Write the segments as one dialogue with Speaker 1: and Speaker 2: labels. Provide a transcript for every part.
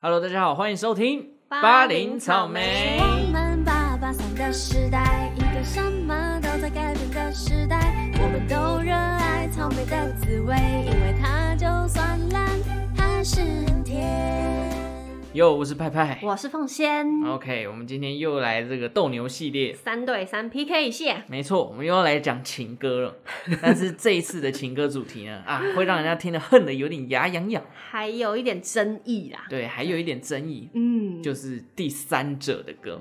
Speaker 1: Hello，大家好，欢迎收听
Speaker 2: 巴
Speaker 1: 零
Speaker 2: 林
Speaker 1: 草
Speaker 2: 草
Speaker 1: 莓
Speaker 2: 莓
Speaker 3: 我们八八三的时代，一个什么都在改变的时代。我们都热爱草莓的滋味，因为它就算烂，还是很甜。
Speaker 1: 哟，我是派派。
Speaker 2: 我是凤仙，
Speaker 1: OK，我们今天又来这个斗牛系列，
Speaker 2: 三对三 PK 一下，
Speaker 1: 没错，我们又要来讲情歌了。 但是这一次的情歌主题呢，啊，会让人家听得恨得有点牙痒痒。
Speaker 2: 还有一点争议啦。
Speaker 1: 对，还有一点争议，
Speaker 2: 嗯，
Speaker 1: 就是第三者的歌。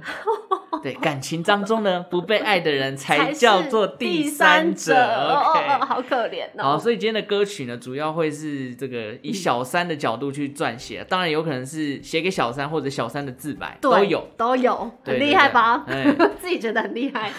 Speaker 1: 对，感情当中呢，不被爱的人才叫做
Speaker 2: 是
Speaker 1: 第三者。
Speaker 2: 哦哦哦，
Speaker 1: OK。
Speaker 2: 好可怜
Speaker 1: 好，
Speaker 2: 哦。
Speaker 1: 所以今天的歌曲呢，主要会是这个
Speaker 2: 嗯
Speaker 1: 以小三的角度去撰写，啊当然有可能是写给小三或者小三的自白
Speaker 2: 对
Speaker 1: 都有。
Speaker 2: 都有，
Speaker 1: 对对嗯
Speaker 2: 很厉害吧？
Speaker 1: 对
Speaker 2: 自己觉得很厉害。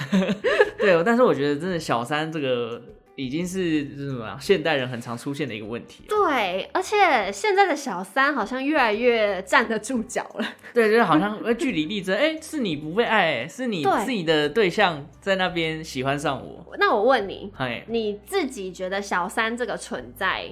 Speaker 1: 对， 但是我觉得真的小三这个已经是是什么啊现代人很常出现的一个问题了。
Speaker 2: 对，而且现在的小三好像越来越站得住脚了。
Speaker 1: 对，就是好像呃据理力争，哎、是你不被爱、是你
Speaker 2: 对
Speaker 1: 自己的对象在那边喜欢上我，
Speaker 2: 那我问你，
Speaker 1: 哎，
Speaker 2: 你自己觉得小三这个存在，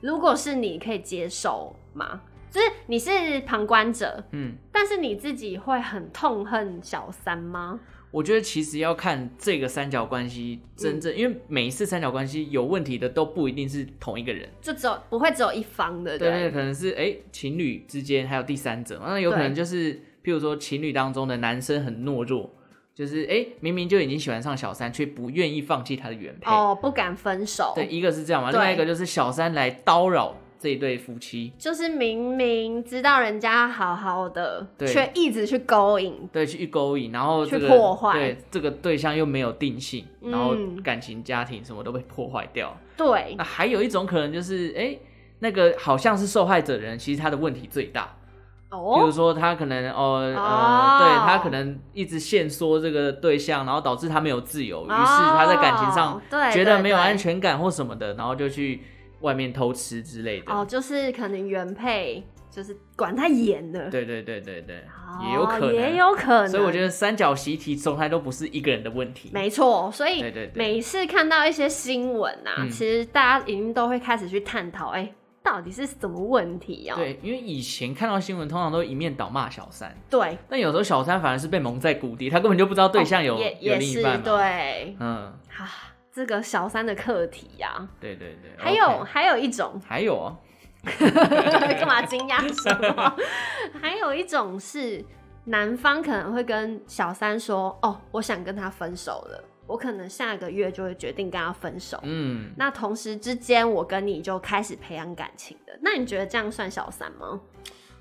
Speaker 2: 如果是你可以接受吗？就是你是旁观者，
Speaker 1: 嗯，
Speaker 2: 但是你自己会很痛恨小三吗？
Speaker 1: 我觉得其实要看这个三角关系真
Speaker 2: 嗯
Speaker 1: 正，因为每一次三角关系有问题的都不一定是同一个人，
Speaker 2: 就只有不会只有一方的，
Speaker 1: 对
Speaker 2: 对不
Speaker 1: 对，
Speaker 2: 对
Speaker 1: 可能是哎、情侣之间还有第三者，那有可能
Speaker 2: 对
Speaker 1: 就是譬如说情侣当中的男生很懦弱，就是哎、明明就已经喜欢上小三，却不愿意放弃他的原配。
Speaker 2: 哦，不敢分手，
Speaker 1: 对，一个是这样嘛，另
Speaker 2: 对
Speaker 1: 外一个就是小三来叨扰这一对夫妻。
Speaker 2: 就是明明知道人家好好的，
Speaker 1: 对
Speaker 2: 却一直去勾引，
Speaker 1: 对，去勾引，然后这个
Speaker 2: 去破坏
Speaker 1: 对这个对象又没有定性，
Speaker 2: 嗯
Speaker 1: 然后感情、家庭什么都被破坏掉。
Speaker 2: 对
Speaker 1: 那还有一种可能就是，哎、那个好像是受害者的人，其实他的问题最大。比如
Speaker 2: 哦，
Speaker 1: 说他可能哦呃
Speaker 2: 哦
Speaker 1: 对他可能一直限缩这个对象，然后导致他没有自由，于是他在感情上
Speaker 2: 哦对
Speaker 1: 觉得
Speaker 2: 对
Speaker 1: 没有
Speaker 2: 对
Speaker 1: 安全感或什么的，然后就去外面偷吃之类的。
Speaker 2: 哦，就是可能原配就是管太严了，
Speaker 1: 对对对对对，
Speaker 2: 哦，
Speaker 1: 也有可能，
Speaker 2: 也有可能，
Speaker 1: 所以我觉得三角习题从来都不是一个人的问题。
Speaker 2: 没错，所以
Speaker 1: 对对对
Speaker 2: 每次看到一些新闻啊，
Speaker 1: 嗯
Speaker 2: 其实大家已经都会开始去探讨，哎、到底是什么问题哦、
Speaker 1: 对，因为以前看到新闻，通常都一面倒骂小三，
Speaker 2: 对，
Speaker 1: 但有时候小三反而是被蒙在鼓底，他根本就不知道对象有、
Speaker 2: 哦也
Speaker 1: 有
Speaker 2: 也
Speaker 1: 另
Speaker 2: 是
Speaker 1: 一半嘛。，
Speaker 2: 对
Speaker 1: 嗯，
Speaker 2: 啊，这个小三的课题呀、啊。
Speaker 1: 对对对。
Speaker 2: 还有
Speaker 1: OK，
Speaker 2: 还有一种
Speaker 1: 还有哦，
Speaker 2: 干嘛惊讶什么？ 还有一种是男方可能会跟小三说：“哦，我想跟他分手了，我可能下个月就会决定跟他分手。
Speaker 1: 嗯，
Speaker 2: 那同时之间，我跟你就开始培养感情的。那你觉得这样算小三吗？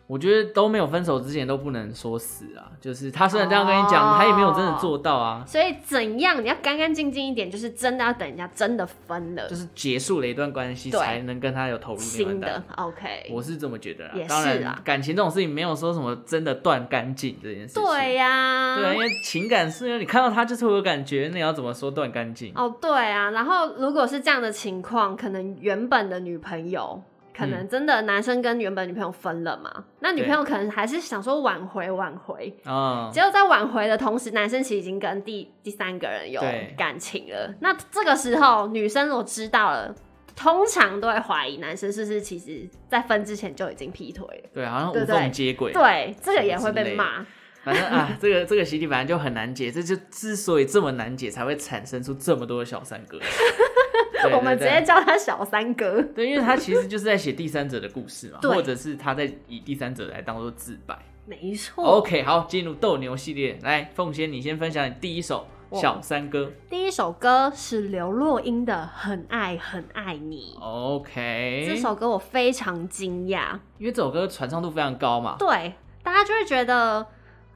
Speaker 1: 我觉得都没有分手之前都不能说死啊，就是他虽然这样跟你讲，
Speaker 2: 哦
Speaker 1: 他也没有真的做到啊，
Speaker 2: 所以怎样你要干干净净一点，就是真的要等人家真的分了，
Speaker 1: 就是结束了一段关系
Speaker 2: 对
Speaker 1: 才能跟他有投入另外一
Speaker 2: 新
Speaker 1: 段
Speaker 2: 的。OK。
Speaker 1: 我是这么觉得啦，啊
Speaker 2: 也是
Speaker 1: 当
Speaker 2: 啦
Speaker 1: 然，感情这种事情没有说什么真的断干净这件事情。
Speaker 2: 对呀、
Speaker 1: 对啊，因为情感是，你看到他就是会有感觉，那你要怎么说断干净？
Speaker 2: 哦，对啊，然后如果是这样的情况，可能原本的女朋友，可
Speaker 1: 嗯
Speaker 2: 能真的男生跟原本女朋友分了嘛，那女朋友可能还是想说挽回挽回，
Speaker 1: 啊、
Speaker 2: 结果在挽回的同时，男生其实已经跟第第三个人有
Speaker 1: 对
Speaker 2: 感情了。那这个时候，女生我知道了，通常都会怀疑男生是不是其实在分之前就已经劈腿了。
Speaker 1: 对，好像
Speaker 2: 对
Speaker 1: 无
Speaker 2: 对
Speaker 1: 缝接轨。
Speaker 2: 对，啊这个也会被骂。
Speaker 1: 反正啊，这个这个习题反正就很难解，这就之所以这么难解，才会产生出这么多的小三 哥。对
Speaker 2: 我们直
Speaker 1: 对对
Speaker 2: 接叫他小三哥。
Speaker 1: 对，因为他其实就是在写第三者的故事嘛，
Speaker 2: 对
Speaker 1: 或者是他在以第三者来当做自白。
Speaker 2: 没错
Speaker 1: OK，好，进入斗牛系列，来，凤仙，你先分享你第一首《
Speaker 2: 哇
Speaker 1: 小三歌
Speaker 2: 第一首歌是刘若英的《很爱很爱你》。》。
Speaker 1: OK，
Speaker 2: 这首歌我非常惊讶，
Speaker 1: 因为这首歌传唱度非常高嘛，
Speaker 2: 对，大家就会觉得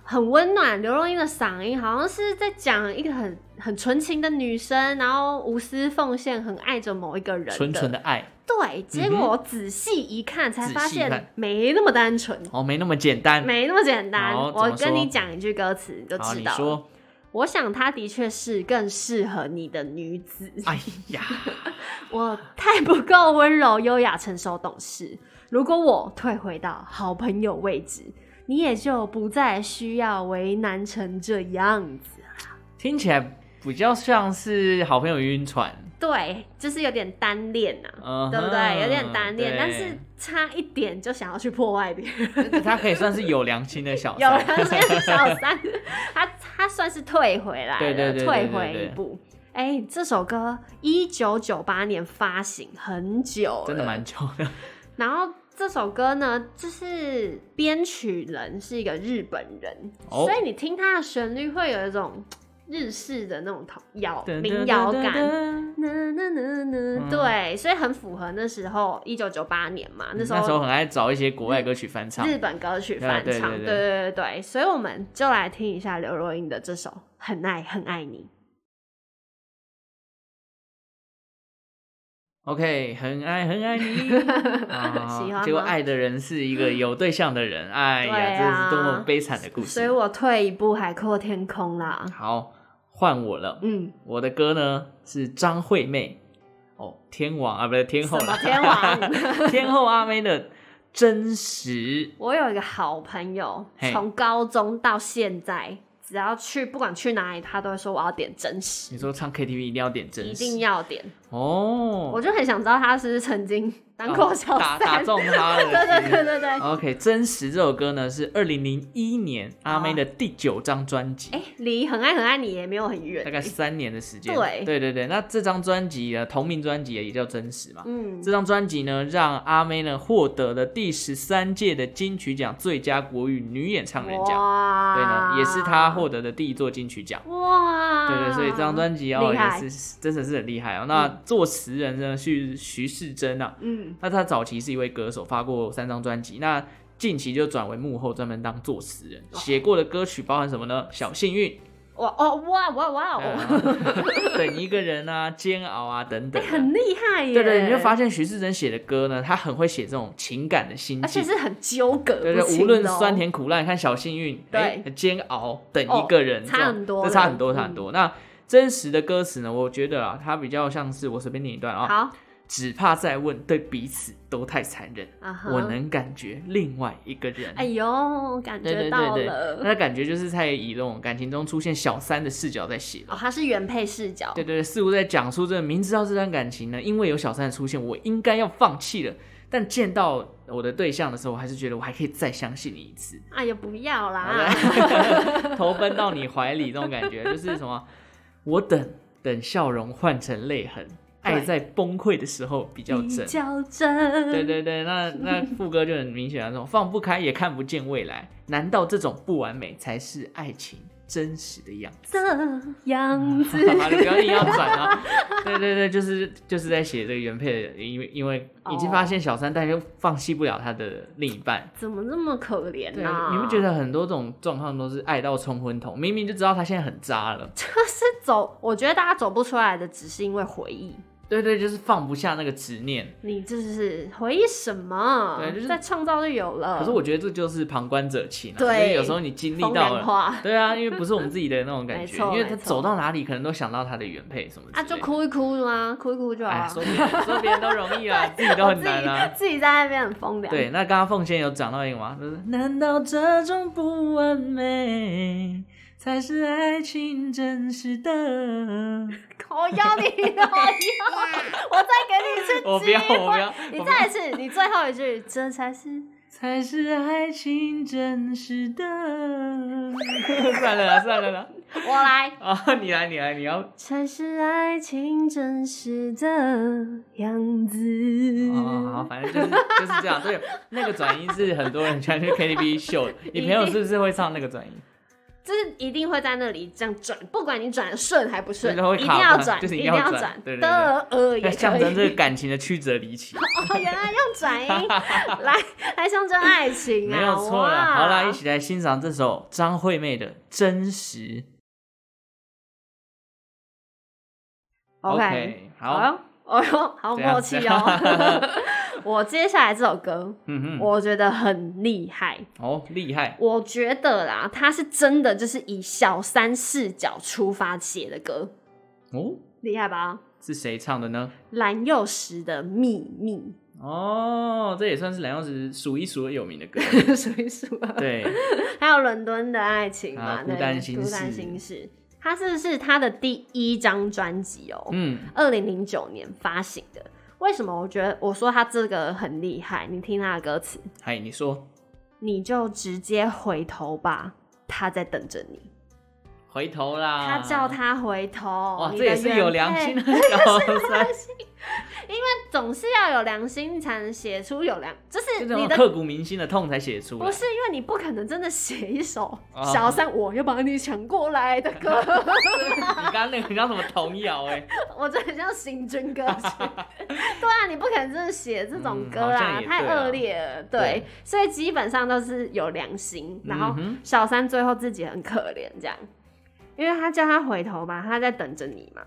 Speaker 2: 很温暖。刘若英的嗓音好像是在讲一个很很纯情的女生，然后无私奉献，很爱着某一个人的。
Speaker 1: 纯纯的爱
Speaker 2: 对，结
Speaker 1: 嗯哼
Speaker 2: 果我仔细一看，才
Speaker 1: 仔
Speaker 2: 发
Speaker 1: 细
Speaker 2: 现
Speaker 1: 看
Speaker 2: 没那么单纯，
Speaker 1: 哦，没那么简单。
Speaker 2: 没那么简单。
Speaker 1: 好怎
Speaker 2: 我
Speaker 1: 么说
Speaker 2: 跟你讲一句歌词，你就
Speaker 1: 好，
Speaker 2: 知
Speaker 1: 你
Speaker 2: 道了。
Speaker 1: 说，
Speaker 2: 我想她的确是更适合你的女子。
Speaker 1: 哎呀，
Speaker 2: 我太不够温柔、优雅、成熟、懂事。如果我退回到好朋友位置，你也就不再需要为难成这样子。
Speaker 1: 听起来比较像是好朋友晕船，
Speaker 2: 对，就是有点单恋呐、啊。
Speaker 1: 嗯哼，
Speaker 2: 对不对？有点单恋，
Speaker 1: 对
Speaker 2: 但是差一点就想要去破坏别 人。
Speaker 1: 他可以算是有良心的小
Speaker 2: 有
Speaker 1: 三
Speaker 2: 人，是小三，他他算是退回来了，
Speaker 1: 对对对对
Speaker 2: 退
Speaker 1: 对对
Speaker 2: 回一步。哎、这首歌一九九八年发行，很久了，
Speaker 1: 真的蛮久的。
Speaker 2: 然后这首歌呢，就是编曲人是一个日本人，
Speaker 1: 哦
Speaker 2: 所以你听它的旋律会有一种日式的那种摇民谣感。
Speaker 1: 感。
Speaker 2: 呐呐呐
Speaker 1: 嗯
Speaker 2: 呐，对，所以很符合那时候一九九八年嘛，那 时
Speaker 1: 嗯那时候
Speaker 2: 候
Speaker 1: 很爱找一些国外歌曲翻唱，
Speaker 2: 日本歌曲翻
Speaker 1: 对对
Speaker 2: 唱，
Speaker 1: 对对
Speaker 2: 对对对对，所以我们就来听一下刘若英的这首《很爱很爱你》。
Speaker 1: OK，很爱很爱 你，啊
Speaker 2: 喜欢
Speaker 1: 结果
Speaker 2: 吗
Speaker 1: 爱的人是一个有对象的 人，哎
Speaker 2: 对
Speaker 1: 呀，这
Speaker 2: 啊
Speaker 1: 是多么悲惨的故
Speaker 2: 所以
Speaker 1: 事。
Speaker 2: 我退一步海阔天空啦，
Speaker 1: 好，换我了，
Speaker 2: 嗯，
Speaker 1: 我的歌呢是张惠妹，哦，天王啊，不是天后
Speaker 2: 什么
Speaker 1: 啦，
Speaker 2: 天 王
Speaker 1: 天后阿妹的《真实》，
Speaker 2: 我有一个好朋友
Speaker 1: 嘿，
Speaker 2: 从高中到现在，只要去不管去哪里，他都会说我要点真实，
Speaker 1: 你说唱 KTV 一定要点真实，
Speaker 2: 一定要点。
Speaker 1: 哦，
Speaker 2: 我就很想知道他是不是曾经当
Speaker 1: 哦
Speaker 2: 过小
Speaker 1: 打
Speaker 2: 三。
Speaker 1: 打中他了，
Speaker 2: 对对
Speaker 1: 是哦
Speaker 2: 对对对。
Speaker 1: OK，《真实》这首歌呢是二零零一年阿妹的第九张专辑，
Speaker 2: 哎、离很爱很爱你也没有很远、
Speaker 1: 大概三年的时间。
Speaker 2: 对
Speaker 1: 对对对那这张专辑呢，同名专辑也叫《真实》嘛。
Speaker 2: 嗯，
Speaker 1: 这张专辑呢，让阿妹呢获得了第十三届的金曲奖最佳国语女演唱人奖，
Speaker 2: 哇，
Speaker 1: 对呢，也是她获得的第一座金曲奖。
Speaker 2: 哇，
Speaker 1: 对对，所以这张专辑哦
Speaker 2: 厉害
Speaker 1: 也是真的是很厉害哦。那作词人呢是徐世珍啊，
Speaker 2: 嗯
Speaker 1: 那他早期是一位歌手，发过三张专辑。那近期就转为幕后，专门当作词人。写过的歌曲包含什么呢？小幸运，
Speaker 2: 哇哦哇哇哇哦，
Speaker 1: 呃等一个人啊，煎熬啊等等
Speaker 2: 哎
Speaker 1: 啊。
Speaker 2: 很厉害耶！
Speaker 1: 对对，你就发现徐世珍写的歌呢，他很会写这种情感的心
Speaker 2: 而且
Speaker 1: 境。
Speaker 2: 是很纠葛不
Speaker 1: 对
Speaker 2: 清的哦、
Speaker 1: 对，无论酸甜苦辣，你看小幸运，
Speaker 2: 对
Speaker 1: 哎煎熬等一个人，
Speaker 2: 哦
Speaker 1: 这种
Speaker 2: 差很多
Speaker 1: 这
Speaker 2: 了嗯
Speaker 1: 差很多，差很多。那真实的歌词呢？我觉得啊，它比较像是我随便念一段啊，
Speaker 2: 好
Speaker 1: 只怕再问，对彼此都太残忍。
Speaker 2: 啊哈，
Speaker 1: 我能感觉另外一个人。
Speaker 2: 哎呦，感
Speaker 1: 对
Speaker 2: 觉
Speaker 1: 对
Speaker 2: 到
Speaker 1: 对对，哎
Speaker 2: 了。
Speaker 1: 那感觉就是在以这种感情中出现小三的视角在写的。
Speaker 2: 哦，他是原配视角，
Speaker 1: 对对对，似乎在讲述这个明知道这段感情呢，因为有小三的出现，我应该要放弃了。但见到我的对象的时候，我还是觉得我还可以再相信你一次，
Speaker 2: 哎呀，不要啦，
Speaker 1: 对 投奔到你怀里，这种感觉就是什么？我等等笑容换成泪痕，爱
Speaker 2: 对
Speaker 1: 在崩溃的时候比较真。
Speaker 2: 较真，
Speaker 1: 对对对，那那副歌就很明显啊，那种放不开也看不见未来，难道这种不完美才是爱情真实的样子？
Speaker 2: 这
Speaker 1: 嗯
Speaker 2: 样子，
Speaker 1: 好，你不要硬要转 啊！对对对，就是就是在写这个原配的，因为因为已经发现小三，但又放弃不了他的另一半。
Speaker 2: 怎么那么可怜
Speaker 1: 对，
Speaker 2: 呢、啊？
Speaker 1: 你不觉？得很多这种状况都是爱到冲昏头，明明就知道他现在很渣了，
Speaker 2: 是走，我觉得大家走不出来的，只是因为回忆。
Speaker 1: 对对，就是放不下那个执念。
Speaker 2: 你这是回忆什么？
Speaker 1: 对就是
Speaker 2: 在创造就有了。
Speaker 1: 可是我觉得这就是旁观者清、啊，
Speaker 2: 对
Speaker 1: 因为有时候你经历
Speaker 2: 风
Speaker 1: 到
Speaker 2: 凉
Speaker 1: 了，
Speaker 2: 话
Speaker 1: 对啊，因为不是我们自己的那种感
Speaker 2: 没
Speaker 1: 觉，
Speaker 2: 错
Speaker 1: 因为他
Speaker 2: 没错
Speaker 1: 走到哪里可能都想到他的原配什么之
Speaker 2: 啊，
Speaker 1: 类的
Speaker 2: 就。哭一哭吗？哭一哭就好
Speaker 1: 哎，
Speaker 2: 了。
Speaker 1: 说别人说别人都容易 啊，自己都
Speaker 2: 我
Speaker 1: 很
Speaker 2: 自
Speaker 1: 难啊
Speaker 2: 己。自己在那边很风凉。
Speaker 1: 对，那刚刚凤仙有讲到一个嘛，就是难道这种不完美才是爱情真实 的？
Speaker 2: 我要你，我要，我再给你一次机 会。
Speaker 1: 我不要，我不要，
Speaker 2: 你
Speaker 1: 我不要
Speaker 2: 再一次，你最后一句，这才是
Speaker 1: 才是爱情真实的。 算了啦，算了啦，
Speaker 2: 我来。
Speaker 1: 啊，你来，你来，你要
Speaker 2: 才是爱情真实的样子。
Speaker 1: 哦，好，反正就是就是这样。对，那个转音是很多人喜欢去 KTV 秀的。你朋友是不是会唱那个转音？
Speaker 2: 就是一定会在那里这样转，不管你转的顺还不顺，
Speaker 1: 就是会
Speaker 2: 一定
Speaker 1: 卡
Speaker 2: 要
Speaker 1: 关
Speaker 2: 转，
Speaker 1: 就是一
Speaker 2: 一
Speaker 1: 定
Speaker 2: 定
Speaker 1: 要
Speaker 2: 要
Speaker 1: 转
Speaker 2: 转
Speaker 1: 对对对
Speaker 2: 的呃也
Speaker 1: 那
Speaker 2: 可以。
Speaker 1: 象征这个感情的曲折离奇，
Speaker 2: 哦， 原来用转音 来来象征爱情啊，
Speaker 1: 没有错
Speaker 2: 哇
Speaker 1: 啦。好啦，一起来欣赏这首张惠妹的《真实》。
Speaker 2: OK，
Speaker 1: 好，，
Speaker 2: 哦哟，好
Speaker 1: 怎样
Speaker 2: 默契
Speaker 1: 怎
Speaker 2: 哦
Speaker 1: 样。
Speaker 2: 我接下来这首歌，
Speaker 1: 嗯哼，
Speaker 2: 我觉得很厉害。
Speaker 1: 哦，厉害，
Speaker 2: 我觉得啦，他是真的就是以小三视角出发写的歌，
Speaker 1: 哦，
Speaker 2: 厉害吧？
Speaker 1: 是谁唱的呢？
Speaker 2: 蓝又时的秘 密，
Speaker 1: 哦，这也算是蓝曜石数一数二有名的 歌。
Speaker 2: 数一数啊。
Speaker 1: 对，
Speaker 2: 还有伦敦的爱情嘛，
Speaker 1: 啊
Speaker 2: 对
Speaker 1: 孤单心事
Speaker 2: 孤单心事。它是是他的第一张专辑哦，
Speaker 1: 嗯，
Speaker 2: 二零零九年发行的。为什么我觉得我说他这个很厉害？你听他的歌词，
Speaker 1: 嗨，你说
Speaker 2: 你就直接回头吧，他在等着你。
Speaker 1: 回头啦，
Speaker 2: 他叫他回头，
Speaker 1: 啊哇，
Speaker 2: 你
Speaker 1: 这也
Speaker 2: 的
Speaker 1: 是
Speaker 2: 原
Speaker 1: 有良
Speaker 2: 配
Speaker 1: 心的 小三，
Speaker 2: 总是要有良心才能写出有良，就是
Speaker 1: 就这
Speaker 2: 你
Speaker 1: 种
Speaker 2: 的
Speaker 1: 刻骨铭心的痛才写出来
Speaker 2: 不。是因为你不可能真的写一首
Speaker 1: 哦
Speaker 2: 小三我要把你抢过来的 歌，
Speaker 1: 你刚刚那个很像什么童谣哎，
Speaker 2: 我真的很像行军歌曲。 对啊，你不可能真的写这种歌
Speaker 1: 嗯好
Speaker 2: 啦，
Speaker 1: 像也
Speaker 2: 太
Speaker 1: 对啊
Speaker 2: 恶劣了。对，
Speaker 1: 对
Speaker 2: 所以基本上都是有良心，然后
Speaker 1: 嗯哼
Speaker 2: 小三最后自己很可怜这样，因为他叫他回头嘛，他在等着你嘛。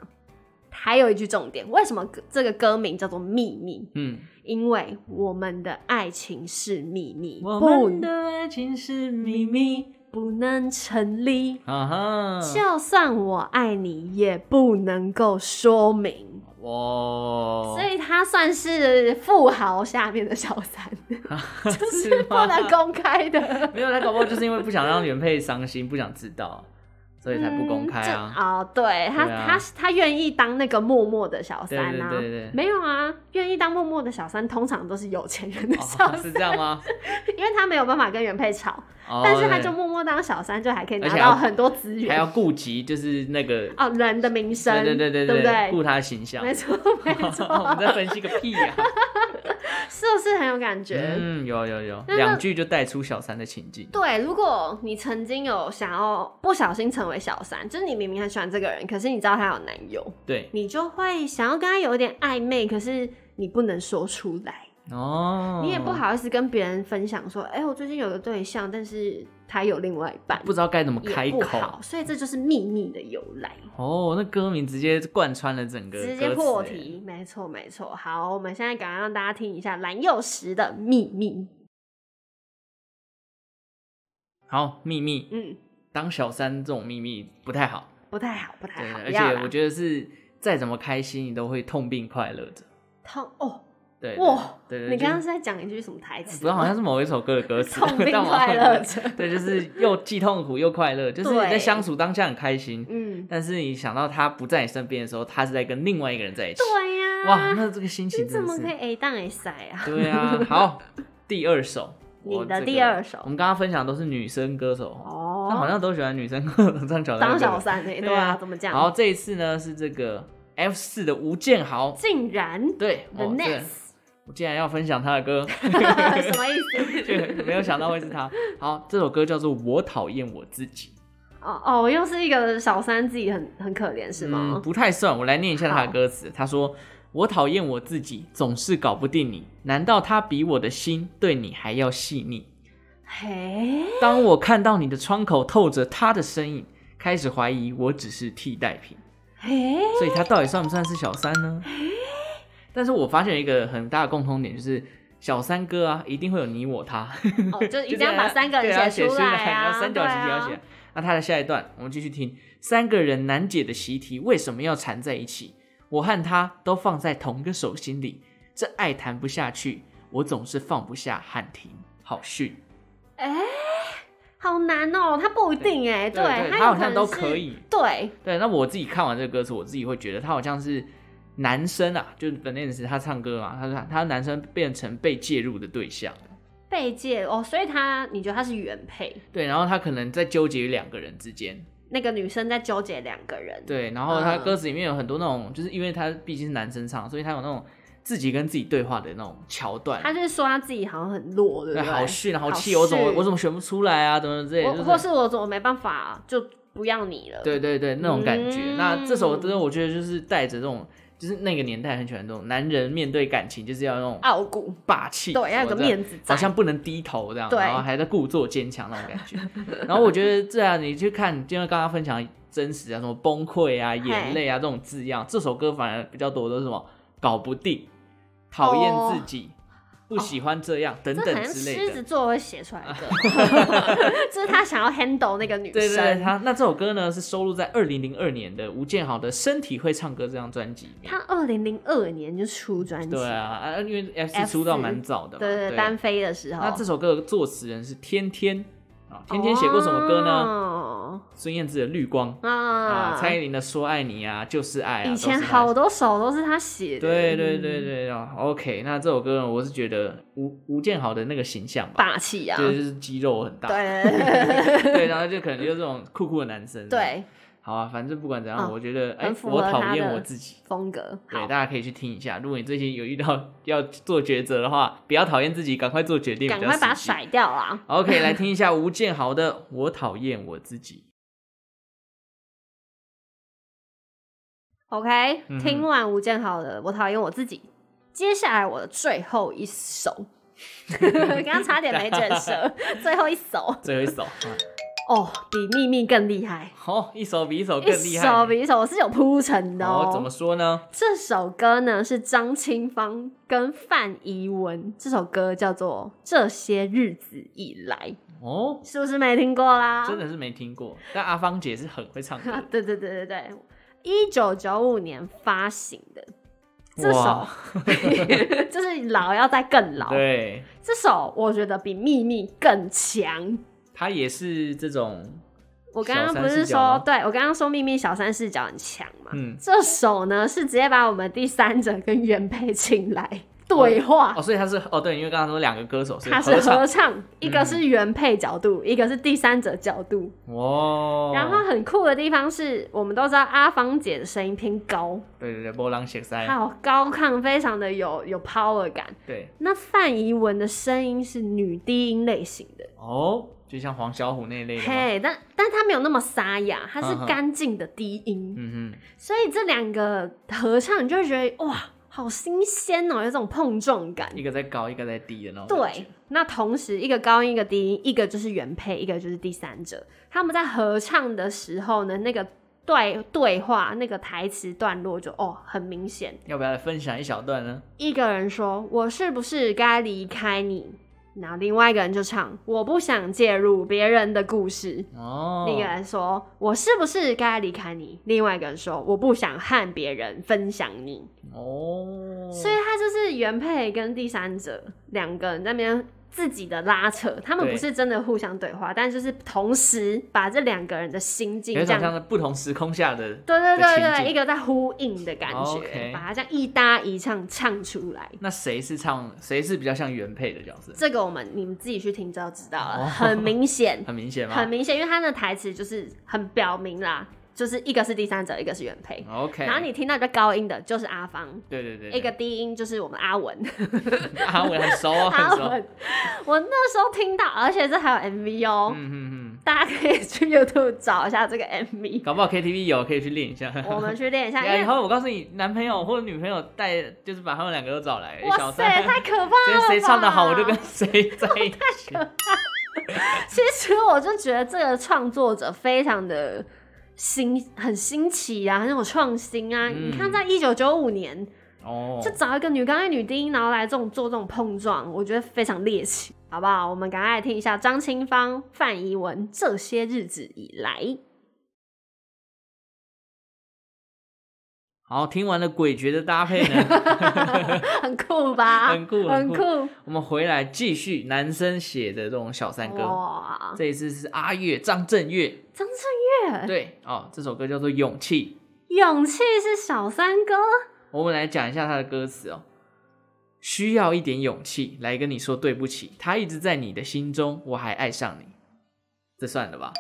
Speaker 2: 还有一句重点，为什么歌这个歌名叫做《秘密》？
Speaker 1: 嗯，
Speaker 2: 因为我们的爱情是秘密，
Speaker 1: 我
Speaker 2: 不
Speaker 1: 们的爱情是秘密
Speaker 2: 不能成立。
Speaker 1: 啊哈，
Speaker 2: 就算我爱你，也不能够说明。
Speaker 1: 哇，
Speaker 2: 所以他算是富豪下面的小三，
Speaker 1: 是
Speaker 2: 不能
Speaker 1: 吗
Speaker 2: 公开的。
Speaker 1: 没有，他搞不好就是因为不想让原配伤心，不想知道，所以才不公开
Speaker 2: 嗯这
Speaker 1: 啊。
Speaker 2: 哦，对他，
Speaker 1: 对啊
Speaker 2: 他他愿意当那个默默的小三啊。
Speaker 1: 对对对对
Speaker 2: 没有啊，愿意当默默的小三，通常都是有钱人的小
Speaker 1: 哦，
Speaker 2: 三，
Speaker 1: 是这样吗？
Speaker 2: 因为他没有办法跟原配吵，
Speaker 1: 哦
Speaker 2: 但是他
Speaker 1: 对
Speaker 2: 就默默当小三，就还可以
Speaker 1: 而
Speaker 2: 拿
Speaker 1: 且还要
Speaker 2: 到很多资源，
Speaker 1: 还要顾及就是那个，
Speaker 2: 哦，人的名声，
Speaker 1: 对对对对
Speaker 2: 对不
Speaker 1: 顾他的形象
Speaker 2: 没。错没
Speaker 1: 我们
Speaker 2: 错，
Speaker 1: 在分析个屁 呀！
Speaker 2: 是不是很有感觉？
Speaker 1: 嗯，有有有，
Speaker 2: 那
Speaker 1: 两句就带出小三的情境。
Speaker 2: 对，如果你曾经有想要不小心成为小三，就是你明明很喜欢这个人，可是你知道他有男友，
Speaker 1: 对，
Speaker 2: 你就会想要跟他有一点暧昧，可是你不能说出来，
Speaker 1: 哦，
Speaker 2: 你也不好意思跟别人分享说，哎、我最近有个对象，但是他有另外一半，
Speaker 1: 不知道该怎么
Speaker 2: 也
Speaker 1: 开
Speaker 2: 不好
Speaker 1: 口。，
Speaker 2: 所以这就是秘密的由来。
Speaker 1: 哦，那歌名直接贯穿了整个歌词，
Speaker 2: 直接破
Speaker 1: 哎
Speaker 2: 题，没错没错。好，我们现在赶快让大家听一下蓝又时的《秘密》。
Speaker 1: 好，秘密，
Speaker 2: 嗯，
Speaker 1: 当小三这种秘密不太好，
Speaker 2: 不太好，不太
Speaker 1: 对，
Speaker 2: 好。
Speaker 1: 而且我觉得是再怎么开心，你都会痛并快乐着。
Speaker 2: 得痛哦，
Speaker 1: 对，
Speaker 2: 哇
Speaker 1: 对对，
Speaker 2: 你
Speaker 1: 就是
Speaker 2: 刚刚是在讲一句什么台词？
Speaker 1: 不知道好像是某一首歌的歌词，
Speaker 2: 痛并
Speaker 1: 但我
Speaker 2: 快乐着
Speaker 1: 对，就是又既痛苦又快乐，就是你在
Speaker 2: 对
Speaker 1: 相处当下很开心，
Speaker 2: 嗯，
Speaker 1: 但是你想到他不在你身边的时候，他是在跟另外一个人在一起，
Speaker 2: 对呀、
Speaker 1: 哇，那这个心情
Speaker 2: 你怎
Speaker 1: 真的
Speaker 2: 么可以
Speaker 1: 是，
Speaker 2: A 当 S 啊？
Speaker 1: 对 啊，好，第二首，
Speaker 2: 你
Speaker 1: 我
Speaker 2: 的
Speaker 1: 这
Speaker 2: 第
Speaker 1: 个
Speaker 2: 二首
Speaker 1: 我们刚刚分享的都是女生歌手，
Speaker 2: 哦，
Speaker 1: 但好像都喜欢女生歌手当小
Speaker 2: 当小
Speaker 1: 三
Speaker 2: 三
Speaker 1: 的
Speaker 2: 哎、
Speaker 1: 歌手，
Speaker 2: 对啊，怎么
Speaker 1: 然后
Speaker 2: 讲？
Speaker 1: 这一次呢是这个 F 四的吴建豪，
Speaker 2: 竟然
Speaker 1: 对，
Speaker 2: The
Speaker 1: 哦，这个
Speaker 2: Next
Speaker 1: 我竟然要分享他的歌。
Speaker 2: 什么意 思？
Speaker 1: 对，没有想到会是他。好，这首歌叫做《我讨厌我自己》，
Speaker 2: 哦哦，又是一个小三，自己很很可怜是
Speaker 1: 嗯
Speaker 2: 吗？
Speaker 1: 不太算，我来念一下他
Speaker 2: 好
Speaker 1: 的歌词。他说：“我讨厌我自己，总是搞不定你。难道他比我的心对你还要细腻？
Speaker 2: 嘿，
Speaker 1: 当我看到你的窗口透着他的身影，开始怀疑我只是替代品。
Speaker 2: 嘿，
Speaker 1: 所以他到底算不算是小三呢？但是我发现有一个很大的共通点，就是小三哥啊，一定会有你我他。”
Speaker 2: 哦，就一定
Speaker 1: 这
Speaker 2: 要
Speaker 1: 样
Speaker 2: 把三个人
Speaker 1: 写
Speaker 2: 出来
Speaker 1: 然
Speaker 2: 啊，
Speaker 1: 后三角形
Speaker 2: 对
Speaker 1: 也
Speaker 2: 啊
Speaker 1: 要写。那他的下一段，我们继续听三个人难解的习题为什么要缠在一起？我和他都放在同个手心里，这爱谈不下去，我总是放不下汉庭。好训，
Speaker 2: 哎、好难哦、他不一定哎、
Speaker 1: 对对
Speaker 2: 他
Speaker 1: 他
Speaker 2: 有
Speaker 1: 好像
Speaker 2: 能
Speaker 1: 都
Speaker 2: 是
Speaker 1: 可以
Speaker 2: 对，
Speaker 1: 对。那我自己看完这个歌词，我自己会觉得他好像是男生啊，就是本念时他唱歌嘛，他说他男生变成被介入的对象，
Speaker 2: 被借哦，所以他你觉得他是原配，
Speaker 1: 对，然后他可能在纠结于两个人之间，
Speaker 2: 那个女生在纠结两个人，
Speaker 1: 对，然后他
Speaker 2: 嗯
Speaker 1: 歌词里面有很多那种，就是因为他毕竟是男生唱，所以他有那种自己跟自己对话的那种桥段。
Speaker 2: 他就是说他自己好像很弱，对不
Speaker 1: 对，
Speaker 2: 对？
Speaker 1: 好逊啊，好
Speaker 2: 好
Speaker 1: 气，我怎么
Speaker 2: 逊
Speaker 1: 我怎么选不出来啊，怎么之类的，
Speaker 2: 我
Speaker 1: 就
Speaker 2: 或是我怎么没办法就不要你了？
Speaker 1: 对对对那种感觉。
Speaker 2: 嗯
Speaker 1: 那这首歌我觉得就是带着这种，就是那个年代很喜欢这种男人面对感情就是要那种
Speaker 2: 傲骨，
Speaker 1: 霸气，
Speaker 2: 对，要有
Speaker 1: 什
Speaker 2: 个
Speaker 1: 么的
Speaker 2: 面子在，
Speaker 1: 好像不能低头这样，
Speaker 2: 对
Speaker 1: 然后还在故作坚强那种感觉。 然后我觉得这样，你去看，就像刚刚分享真实啊，什么崩溃啊、眼泪啊这种字样，这首歌反而比较多都是什么搞不定、讨厌自己、不喜欢这样、等
Speaker 2: 哦这
Speaker 1: 等
Speaker 2: 很像
Speaker 1: 之
Speaker 2: 狮
Speaker 1: 类
Speaker 2: 子
Speaker 1: 的。
Speaker 2: 座会写出来 的歌，就是他想要 handle 那个女生，
Speaker 1: 对对对，他那这首歌呢是收录在二零零二年的吴建豪的《身体会唱歌》这张专辑里面
Speaker 2: 他。二零零二年就出专辑，
Speaker 1: 对啊，啊因为 F
Speaker 2: ，F4
Speaker 1: 四出道蛮早的嘛，啊
Speaker 2: 对对对，单飞的时候，
Speaker 1: 那这首歌的作词人是天天啊，天天写过什么歌呢？
Speaker 2: 哦哦
Speaker 1: 孙燕姿的《绿光》啊，
Speaker 2: 啊，
Speaker 1: 蔡依林的《说爱你》啊，就是爱啊，
Speaker 2: 以
Speaker 1: 都
Speaker 2: 前
Speaker 1: 是她
Speaker 2: 好多首都是他写的，
Speaker 1: 对对对对啊，OK，那这首歌呢，我是觉得吴吴建豪的那个形象吧，
Speaker 2: 霸气啊，
Speaker 1: 对，就是肌肉很大，
Speaker 2: 对
Speaker 1: 对，然后就可能就是这种酷酷的男生，，
Speaker 2: 对，
Speaker 1: 好啊，反正不管怎样，
Speaker 2: 嗯
Speaker 1: 我觉得哎
Speaker 2: 很，符
Speaker 1: 我
Speaker 2: 合
Speaker 1: 讨
Speaker 2: 他
Speaker 1: 厌
Speaker 2: 的
Speaker 1: 我自己。
Speaker 2: 风格
Speaker 1: 对，
Speaker 2: 好，
Speaker 1: 大家可以去听一下。如果你最近有遇到要做抉择的话，不要讨厌自己，赶快做决定，
Speaker 2: 赶
Speaker 1: 比较
Speaker 2: 快把它
Speaker 1: 实际。
Speaker 2: 甩掉啦。
Speaker 1: OK，来听一下吴建豪的《我讨厌我自己》。
Speaker 2: OK，、
Speaker 1: 嗯哼
Speaker 2: 听完吴建豪的《我讨厌我自己》，接下来我的最后一首， 刚刚差点没卷舌， 最后一首
Speaker 1: 最后一首，啊
Speaker 2: 哦，比秘密更厉害，
Speaker 1: 好、一首比一哦首更厉害。
Speaker 2: 一首比一首我是有铺陈的
Speaker 1: 哦，怎么说呢？
Speaker 2: 这首歌呢是张清芳跟范怡文，这首歌叫做《这些日子以来
Speaker 1: 哦》，，
Speaker 2: 是不是没听过啦？
Speaker 1: 真的是没听过，但阿芳姐是很会唱歌
Speaker 2: 啊
Speaker 1: 的。
Speaker 2: 对对对对对，一九九五年发行的这首
Speaker 1: 哇，
Speaker 2: 就是老要再更老。
Speaker 1: 对，
Speaker 2: 这首我觉得比《秘密》更强。
Speaker 1: 她也是这种，
Speaker 2: 我刚刚
Speaker 1: 小三
Speaker 2: 不是
Speaker 1: 视角吗
Speaker 2: 说，对我刚刚说《秘密》小三视角很强嘛？
Speaker 1: 嗯，
Speaker 2: 这首呢是直接把我们第三者跟原配请来对话。
Speaker 1: 哦，所以她是哦，对，因为刚刚说两个歌手是
Speaker 2: 它
Speaker 1: 合
Speaker 2: 是合
Speaker 1: 唱，嗯
Speaker 2: 唱，一个是原配角度，一个是第三者角度。
Speaker 1: 哦，
Speaker 2: 然后很酷的地方是我们都知道阿芳姐的声音偏高，
Speaker 1: 对对对，波浪写塞，
Speaker 2: 好高亢，非常的有有 power 感。
Speaker 1: 对，
Speaker 2: 那范怡文的声音是女低音类型的，
Speaker 1: 哦，就像黄小琥那类的吗，
Speaker 2: 嘿，但但她没有那么沙哑，她是
Speaker 1: 嗯哼
Speaker 2: 干净的低音，
Speaker 1: 嗯哼，
Speaker 2: 所以这两个合唱你就会觉得哇，好新鲜哦，有种碰撞感。
Speaker 1: 一个在高，一个在低的那种，
Speaker 2: 对，，那同时一个高音一个低音，一个就是原配，一个就是第三者。他们在合唱的时候呢，那个对对话那个台词段落就哦很明显，
Speaker 1: 要不要来分享一小段呢？
Speaker 2: 一个人说我是不是该离开你，然后另外一个人就唱我不想介入别人的故事。
Speaker 1: 哦，
Speaker 2: 另一个人说：“我是不是该离开你？”另外一个人说：“我不想和别人分享你。”
Speaker 1: 哦，
Speaker 2: 所以他就是原配跟第三者两个人在那边自己的拉扯，他们
Speaker 1: 对
Speaker 2: 不是真的互相对话，但就是同时把这两个人的心境
Speaker 1: 有一
Speaker 2: 这
Speaker 1: 种像
Speaker 2: 样，
Speaker 1: 是不同时空下的，
Speaker 2: 对对对
Speaker 1: 的情
Speaker 2: 对，
Speaker 1: 景
Speaker 2: 一个在呼应的感觉
Speaker 1: 哦 OK
Speaker 2: 把它这样一搭一唱唱出来。
Speaker 1: 那谁是唱，谁是比较像原配的角色？
Speaker 2: 这个我们你们自己去听就知道了，
Speaker 1: 哦
Speaker 2: 很 明显，
Speaker 1: 很明显吗？
Speaker 2: 很明显，因为他的台词就是很表明啦，就是一个是第三者，一个是原配。
Speaker 1: OK，
Speaker 2: 然后你听到比较高音的，就是阿芳；
Speaker 1: 对对对，对
Speaker 2: 一个低音就是我们阿文。
Speaker 1: 阿文很熟哦，很
Speaker 2: 阿
Speaker 1: 熟，
Speaker 2: 文， 我那时候听到，而且这还有 MV 哦，
Speaker 1: 嗯嗯
Speaker 2: 大家可以去 YouTube 找一下这个
Speaker 1: 嗯，
Speaker 2: MV，
Speaker 1: 搞不好 KTV 有可以去练一下。
Speaker 2: 我们去练一下。
Speaker 1: 哎以
Speaker 2: 因为
Speaker 1: 后我告诉你，男朋友或者女朋友带，就是把他们两个都找来，小
Speaker 2: 哇塞，
Speaker 1: 三，
Speaker 2: 太可怕 了吧！
Speaker 1: 谁谁唱的好，我就跟谁在一 起。
Speaker 2: 其实我就觉得这个创作者非常的新，很新奇啊，很有创新啊。
Speaker 1: 嗯
Speaker 2: 你看，在一九九五年
Speaker 1: 哦，
Speaker 2: 就找一个女高音、女低音，然后来这种做这种碰撞，我觉得非常猎奇，好不好？我们赶快来听一下张清芳、范怡文这些日子以来。
Speaker 1: 好，听完了诡谲的搭配呢，
Speaker 2: 很酷吧？
Speaker 1: 很酷
Speaker 2: 很
Speaker 1: 很酷
Speaker 2: 酷。
Speaker 1: 我们回来继续男生写的这种小三歌。
Speaker 2: 哇，
Speaker 1: 这一次是阿月张震岳，
Speaker 2: 张震岳，
Speaker 1: 对哦，这首歌叫做《勇气》。
Speaker 2: 勇气是小三哥，
Speaker 1: 我们来讲一下他的歌词哦。需要一点勇气来跟你说对不起，他一直在你的心中，我还爱上你，这算了吧？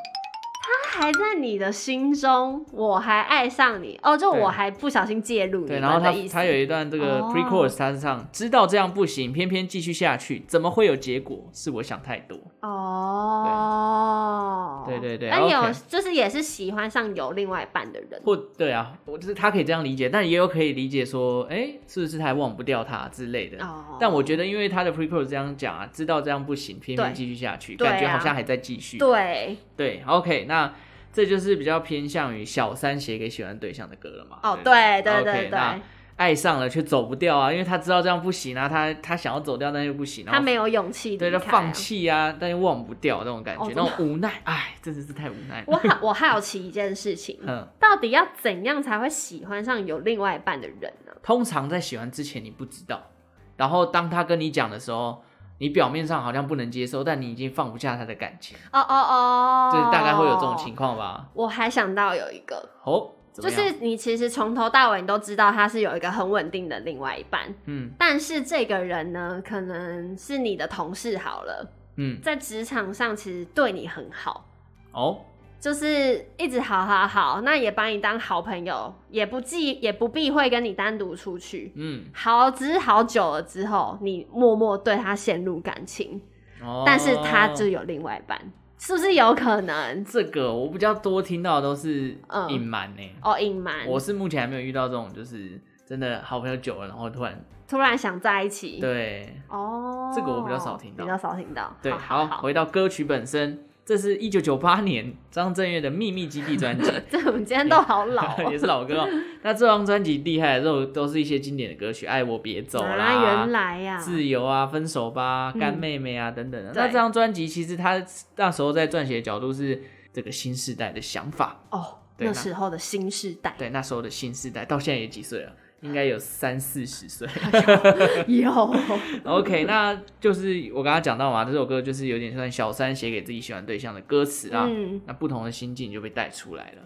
Speaker 2: 他还在你的心中，我还爱上你。哦，就
Speaker 1: 对
Speaker 2: 我还不小心介入你
Speaker 1: 对，然后
Speaker 2: 们
Speaker 1: 他
Speaker 2: 的意思。
Speaker 1: 他有一段这个
Speaker 2: 哦
Speaker 1: pre chorus，他是唱知道这样不行，偏偏继续下去，怎么会有结果？是我想太多。
Speaker 2: 哦，
Speaker 1: 对对对
Speaker 2: 但有
Speaker 1: OK
Speaker 2: 就是也是喜欢上有另外一半的人。
Speaker 1: 或对啊，我就是他可以这样理解，但也有可以理解说，哎，是不是他还忘不掉他之类的？
Speaker 2: 哦，
Speaker 1: 但我觉得，因为他的 pre chorus 这样讲啊，知道这样不行，偏偏
Speaker 2: 对
Speaker 1: 继续下去，
Speaker 2: 对
Speaker 1: 感觉
Speaker 2: 啊
Speaker 1: 好像还在继续。
Speaker 2: 对
Speaker 1: 对，OK，那这就是比较偏向于小三写给喜欢对象的歌了嘛？
Speaker 2: 哦，
Speaker 1: 不
Speaker 2: 对对
Speaker 1: OK，
Speaker 2: 对
Speaker 1: 那
Speaker 2: 对，
Speaker 1: 爱上了却走不掉啊，因为他知道这样不行啊，他他想要走掉，但又不行，然
Speaker 2: 他
Speaker 1: 后
Speaker 2: 没有勇气
Speaker 1: 对
Speaker 2: 离
Speaker 1: 他
Speaker 2: 开啊
Speaker 1: 放弃啊，但又忘不掉那种感觉，
Speaker 2: 哦
Speaker 1: 那种无奈，哎，真的是太无奈
Speaker 2: 我
Speaker 1: 了。
Speaker 2: 好，我好奇一件事情，
Speaker 1: 嗯，
Speaker 2: 到底要怎样才会喜欢上有另外一半的人呢、
Speaker 1: 通常在喜欢之前你不知道，然后当他跟你讲的时候，你表面上好像不能接受，但你已经放不下他的感情，
Speaker 2: 哦哦哦，
Speaker 1: 这大概会有这种情。况吧？
Speaker 2: 我还想到有一个，
Speaker 1: 哦，怎
Speaker 2: 就
Speaker 1: 么样
Speaker 2: 是你其实从头到尾你都知道他是有一个很稳定的另外一半，
Speaker 1: 嗯
Speaker 2: 但是这个人呢，可能是你的同事好了，
Speaker 1: 嗯，
Speaker 2: 在职场上其实对你很好，
Speaker 1: 哦，
Speaker 2: 就是一直好好好，那也把你当好朋友，也不忌也不避讳跟你单独出去。
Speaker 1: 嗯，
Speaker 2: 好，只是好久了之后，你默默对他陷入感情，
Speaker 1: 哦，
Speaker 2: 但是他就有另外一半，是不是有可能？
Speaker 1: 这个我比较多听到的都是
Speaker 2: 嗯
Speaker 1: 隐瞒呢，
Speaker 2: 哦，隐瞒，
Speaker 1: 我是目前还没有遇到这种，就是真的好朋友久了，然后突然
Speaker 2: 突然想在一起。，
Speaker 1: 对
Speaker 2: 哦，
Speaker 1: 这个我比较少听到
Speaker 2: 比较少听到。
Speaker 1: 对，好，
Speaker 2: 好，好
Speaker 1: 回到歌曲本身，这是一九九八年张震岳的《秘密基地》专辑，
Speaker 2: 这我们今天都好 老
Speaker 1: 也
Speaker 2: 哦。
Speaker 1: 是老歌哦。那这张专辑厉害的都都是一些经典的歌曲，《哎爱我别走》啦，
Speaker 2: 啊原来呀、
Speaker 1: 自由啊，分手吧，
Speaker 2: 嗯
Speaker 1: 干妹妹啊、等等的。
Speaker 2: 对
Speaker 1: 那这张专辑其实他那时候在撰写的角度是这个新时代的想法，
Speaker 2: 哦，
Speaker 1: 对那
Speaker 2: 那时候的新时 代
Speaker 1: 对那时候的新时代，到现在也几岁了，应该有三四十岁。
Speaker 2: 有，
Speaker 1: OK，那就是我刚刚讲到嘛，这首歌就是有点像小三写给自己喜欢对啊象的歌词啦。
Speaker 2: 嗯
Speaker 1: 那不同的心境就被带出来了。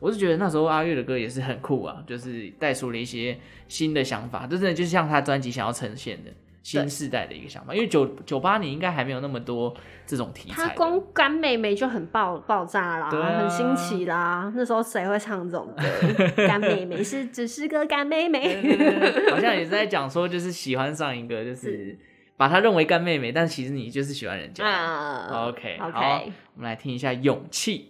Speaker 1: 我是觉得那时候阿月的歌也是很酷啊，就是带出了一些新的想法，这真的就像他专辑想要呈现的新世代的一个想法。因为九九八年应该还没有那么多这种题材
Speaker 2: 他
Speaker 1: 的，
Speaker 2: 光干妹妹就很爆爆炸啦，
Speaker 1: 对啊
Speaker 2: 很新奇啦。那时候谁会唱这种 歌？干妹妹是只是个干
Speaker 1: 对对
Speaker 2: 妹妹，
Speaker 1: 对嗯对好像也是 在讲说，就是喜欢上一个，就是把她认为干妹妹，但其实你就是喜欢人家。
Speaker 2: 啊
Speaker 1: 嗯 OK，好
Speaker 2: OK，，
Speaker 1: 我们来听一下《勇气》。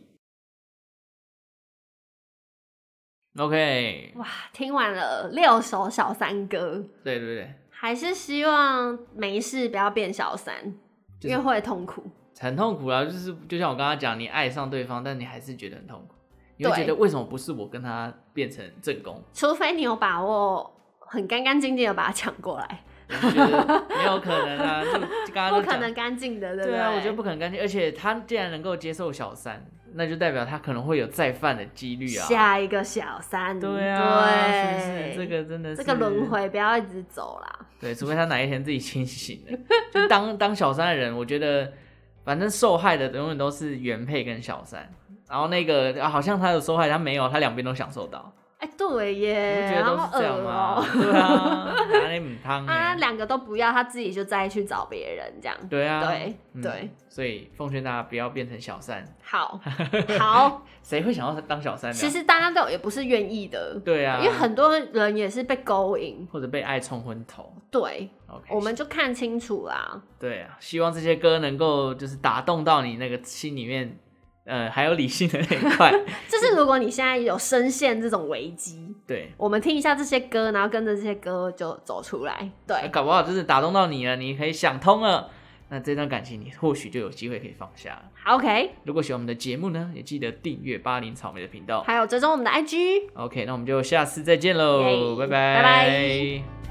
Speaker 1: OK，
Speaker 2: 哇，听完了六首小三歌，
Speaker 1: 对对对，
Speaker 2: 还是希望没事不要变小三，
Speaker 1: 就是
Speaker 2: 因为会痛苦。
Speaker 1: 很痛苦啦，就是就像我刚刚讲，你爱上对方，但你还是觉得很痛苦，你会
Speaker 2: 对
Speaker 1: 觉得为什么不是我跟他变成正宫？
Speaker 2: 除非你有把握，很干干净净的把它抢过来，
Speaker 1: 我就觉得没有可能 啊，就就刚刚
Speaker 2: 不
Speaker 1: 都
Speaker 2: 可
Speaker 1: 讲
Speaker 2: 能干净的，对不哎
Speaker 1: 对
Speaker 2: 对
Speaker 1: 啊，我觉得不可能干净，而且他既然能够接受小三，那就代表他可能会有再犯的几率啊。
Speaker 2: 下一个小三，
Speaker 1: 对啊，
Speaker 2: 对
Speaker 1: 是不是？这个真的是
Speaker 2: 这个轮，回不要一直走啦。
Speaker 1: 对，除非他哪一天自己清醒了，就当 当小三的人，我觉得反正受害的永远都是原配跟小三，然后那个、啊好像他有受害，他没有，他两边都享受到。
Speaker 2: 哎、对
Speaker 1: 你不
Speaker 2: 耶，
Speaker 1: 觉得
Speaker 2: 然
Speaker 1: 都
Speaker 2: 后
Speaker 1: 是这样吗？
Speaker 2: 恶哦、
Speaker 1: 对啊，拿那米汤
Speaker 2: 啊，
Speaker 1: 欸。
Speaker 2: 两个都不要，他自己就再去找别人这样。
Speaker 1: 对啊，
Speaker 2: 对对
Speaker 1: 所以奉劝大家不要变成小三，
Speaker 2: 好，好，
Speaker 1: 谁会想要当小三呢？啊
Speaker 2: 其实大家都也不是愿意的，
Speaker 1: 对啊，
Speaker 2: 因为很多人也是被勾引。
Speaker 1: 或者被爱冲昏头。
Speaker 2: 对，
Speaker 1: OK，
Speaker 2: 我们就看清楚啦。
Speaker 1: 对啊，希望这些歌能够就是打动到你那个心里面，呃，还有理性的那一块。
Speaker 2: 就是如果你现在有深陷这种危机，
Speaker 1: 对，
Speaker 2: 我们听一下这些歌，然后跟着这些歌就走出来。
Speaker 1: 那
Speaker 2: 对，
Speaker 1: 呃搞不好就是打动到你了，你可以想通了，那这段感情你或许就有机会可以放下了。
Speaker 2: 好 OK，
Speaker 1: 如果喜欢我们的节目呢，也记得订阅巴林草莓的频道。
Speaker 2: 还有追踪我们的 IG。
Speaker 1: OK，那我们就下次再见喽，
Speaker 2: 耶
Speaker 1: 拜拜
Speaker 2: 拜拜